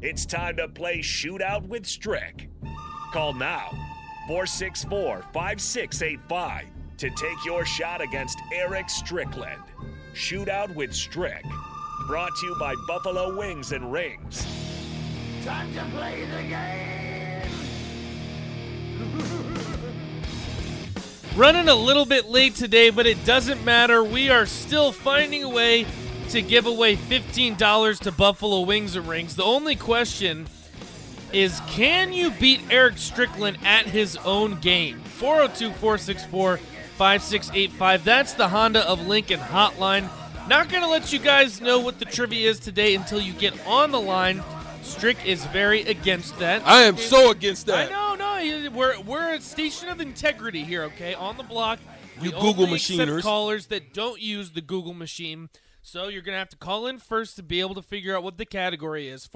It's time to play Shootout with Strick. Call now 464 5685 to take your shot against Eric Strickland. Shootout with Strick. Brought to you by Buffalo Wings and Rings. Time to play the game! Running a little bit late today, but it doesn't matter. We are still finding a way to give away $15 to Buffalo Wings and Rings. The only question is can you beat Eric Strickland at his own game? 402 464 5685. That's the Honda of Lincoln hotline. Not going to let you guys know what the trivia is today until you get on the line. Strick is very against that. I am so against I that. know, no, you- we're we're a station of integrity here, okay? On the block, We You Google only accept machiners. callers that don't use the Google machine. So you're gonna have to call in first to be able to figure out what the category is.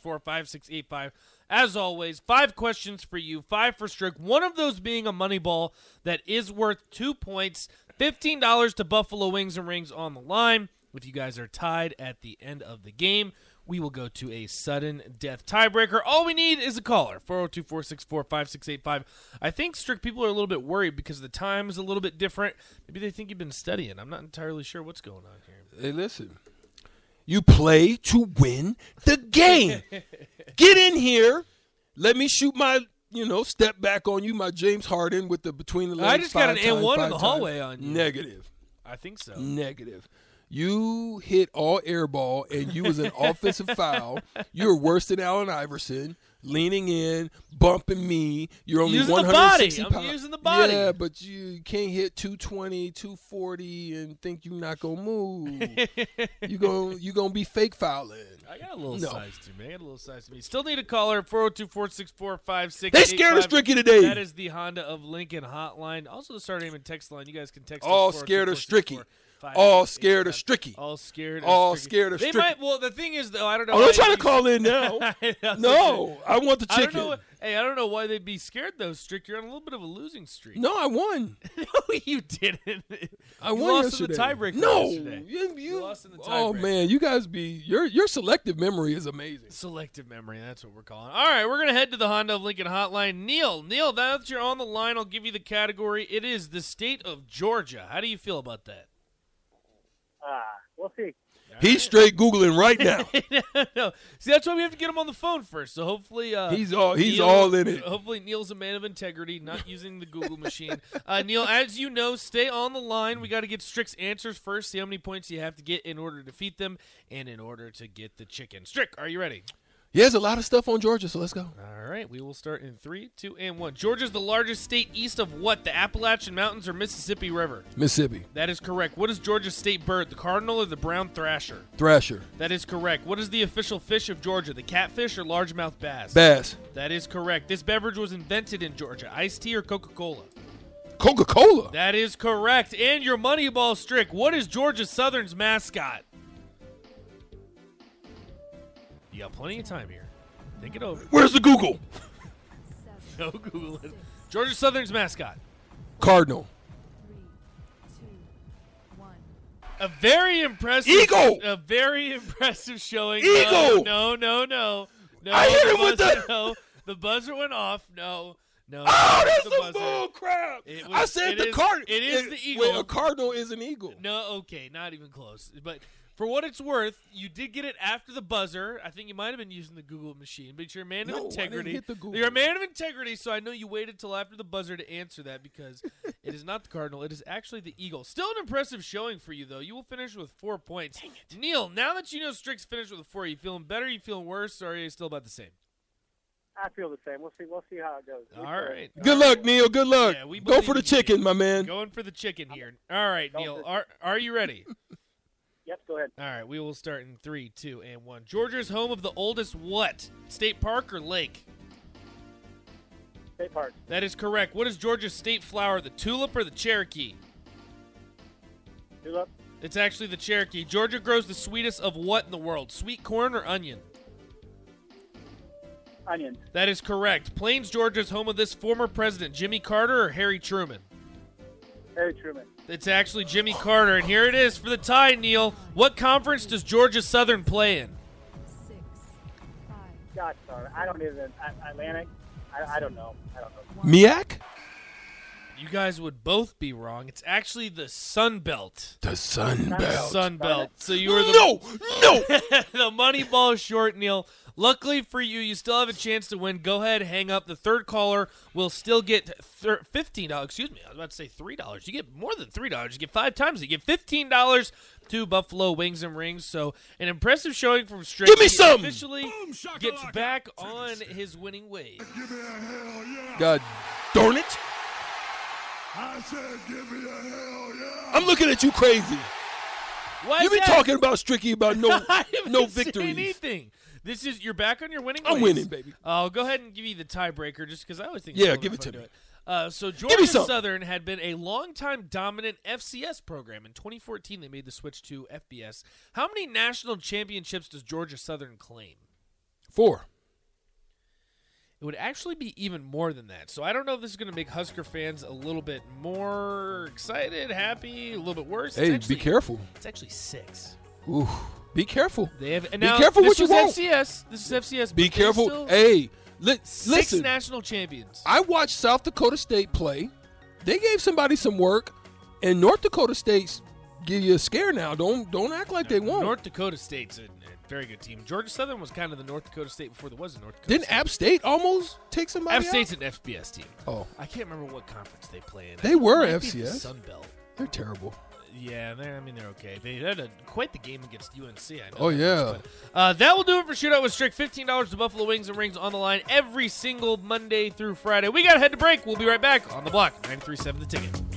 402-464-5685. As always, five questions for you, five for Strick. One of those being a money ball that is worth two points, fifteen dollars to Buffalo Wings and Rings on the line. If you guys are tied at the end of the game, we will go to a sudden death tiebreaker. All we need is a caller 402 464 5685. I think strict people are a little bit worried because the time is a little bit different. Maybe they think you've been studying. I'm not entirely sure what's going on here. Hey, listen. You play to win the game. Get in here. Let me shoot my, you know, step back on you, my James Harden with the between the legs. I just got an five times, N1 in five the times. hallway on you. Negative. I think so. Negative. You hit all air ball and you was an offensive foul. You're worse than Allen Iverson. Leaning in, bumping me. You're only Using the body. 160 I'm pounds. using the body. Yeah, but you can't hit 220, 240 and think you're not going to move. you going you going to be fake fouling. I got a little No. size to me. I got a little size to me. Still need a caller 402 464 They scared us 5685. Stricky today. That is the Honda of Lincoln hotline. Also, the Star Name and Text line. You guys can text. us All scared of 402-464-5685. All scared of Stricky. All scared. All of Stricky. scared of They Stricky. might. Well, the thing is, though, I don't know. Oh, don't why try to they- call in now. I was gonna- no, I want the I don't chicken. know. what- Hey, I don't know why they'd be scared though. Strick, you're on a little bit of a losing streak. no, I won. no, you didn't. I You won lost in the yesterday. tiebreaker. No, yesterday. You, you- lost in the Oh tiebreaker. man, you guys be your your selective memory is amazing. Selective memory, that's what we're calling. it. All right, we're gonna head to the Honda of Lincoln hotline. Neil, Neil, now that you're on the line, I'll give you the category. It is the state of Georgia. How do you feel about that? Ah, we'll see. He's straight googling right now. no. See, that's why we have to get him on the phone first. So hopefully, uh, He's all- he's all in it. Hopefully, Neil's a man of integrity, not using the Google machine. Uh, Neil, as you know, stay on the line. We got to get Strick's answers first. See how many points you have to get in order to defeat them, and in order to get the chicken. Strick, are you ready? he has a lot of stuff on Georgia, so let's go. All right, we will start in three, two, and one. Georgia's the largest state east of what? The Appalachian Mountains or Mississippi River? Mississippi That is correct. What is Georgia's state bird? The cardinal or the brown thrasher? Thrasher That is correct. What is the official fish of Georgia? The catfish or largemouth bass? Bass That is correct. This beverage was invented in Georgia. Iced tea or Coca Cola? Coca Cola That is correct. And your Moneyball Strick. What is Georgia Southern's mascot? You got plenty of time here. Think it over. Where's the Google No Googling. Georgia Southern's mascot. Cardinal A very impressive Eagle! A very impressive showing. Eagle! No, no, no, no. no I hit the him with buzzer- the- No, the buzzer went off. No, no. Oh, not that's the some buzzer. bull crap! It I was- said it the is- cardinal. it is the eagle. Wait, a cardinal is an eagle. No, okay, not even close. But for what it's worth, you did get it after the buzzer. I think you might have been using the Google machine, but you're a man of No, I didn't integrity. hit the Google. You're a man of integrity, so I know you waited till after the buzzer to answer that because it is not the Cardinal. It is actually the Eagle. Still an impressive showing for you, though. You will finish with four points. Neil, now that you know Strick's finished with four, are you feeling better? Are you feeling worse? Or are you still about the same? I feel the same. We'll see. We'll see how it goes. All right. Good luck, Neil. Good luck. Yeah, we go believe for the in you. chicken, my man. Going for the chicken here. All right, Going Neil. for- Are, are you ready? Yep. Go ahead. All right, we will start in three, two, and one. Georgia's home of the oldest what? State park or lake? State Park. That is correct. What is Georgia's state flower, the tulip or the Cherokee? Tulip. It's actually the Cherokee. Georgia grows the sweetest of what in the world? Sweet corn or onion? Onion. That is correct. Plains, Georgia is home of this former president, Jimmy Carter or Harry Truman? Harry Truman. It's actually Jimmy Carter, and here it is for the tie, Neil. What conference does Georgia Southern play in? God darn it. I don't even. I- Atlantic? I, I don't know. I don't know. Miak? You guys would both be wrong. It's actually the Sun Belt. The Sun Belt. Sun Belt. So you were the No, no. the money ball is short, Neil. Luckily for you, you still have a chance to win. Go ahead, hang up. The third caller will still get thir- fifteen dollars. Excuse me, I was about to say three dollars. You get more than three dollars. You get five times. it. You get fifteen dollars to Buffalo Wings and Rings. So an impressive showing from Strick. Give me He some! Officially gets back on his winning ways. God darn it. I said, give me a hell yeah. I'm looking at you crazy. Why You've been is that? talking about Stricky about no I haven't no said victories. Anything. This is you're back on your winning. I'm ways. Uh, winning, baby. I'll go ahead and give you the tiebreaker just because I always think. Yeah, it's give it fun to do me. Uh, so Georgia some. Southern had been a longtime dominant FCS program. In 2014, they made the switch to FBS. How many national championships does Georgia Southern claim? Four. It would actually be even more than that. So I don't know if this is going to make Husker fans a little bit more excited, happy, a little bit worse. It's Hey, actually- be careful. It's actually six. Ooh, be careful. They have. And Be now, careful this what you was want. FCS. This is FCS. Be but they careful. still- hey, li- Six listen. national champions. I watched South Dakota State play. They gave somebody some work, and North Dakota State's give you a scare now. Don't don't act like they won't. North Dakota State's a, a very good team. Georgia Southern was kind of the North Dakota State before there was a North Dakota. Didn't State. App State almost take somebody? App out? State's an FBS team. Oh, I can't remember what conference they play in. They were It might be the FCS. Sun Belt. they're terrible. Yeah, they're, I mean they're okay. They had a, quite the game against UNC. I know Oh that yeah. much, but, uh, that will do it for Shootout with Strick. Fifteen dollars to Buffalo Wings and Rings on the line every single Monday through Friday. We got to head to break. We'll be right back on the block. 93.7 The ticket.